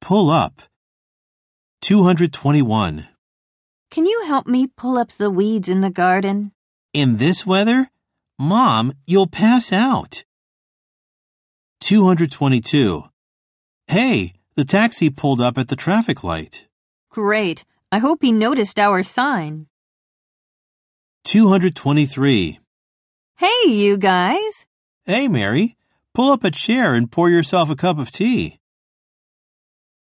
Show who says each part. Speaker 1: Pull up. 221.
Speaker 2: Can you help me pull up the weeds in the garden?
Speaker 1: In this weather? Mom, you'll pass out. 222. Hey, the taxi pulled up at the traffic light.
Speaker 2: Great. I hope he noticed our sign.
Speaker 1: 223.
Speaker 2: Hey, you guys!
Speaker 1: Hey, Mary, pull up a chair and pour yourself a cup of tea.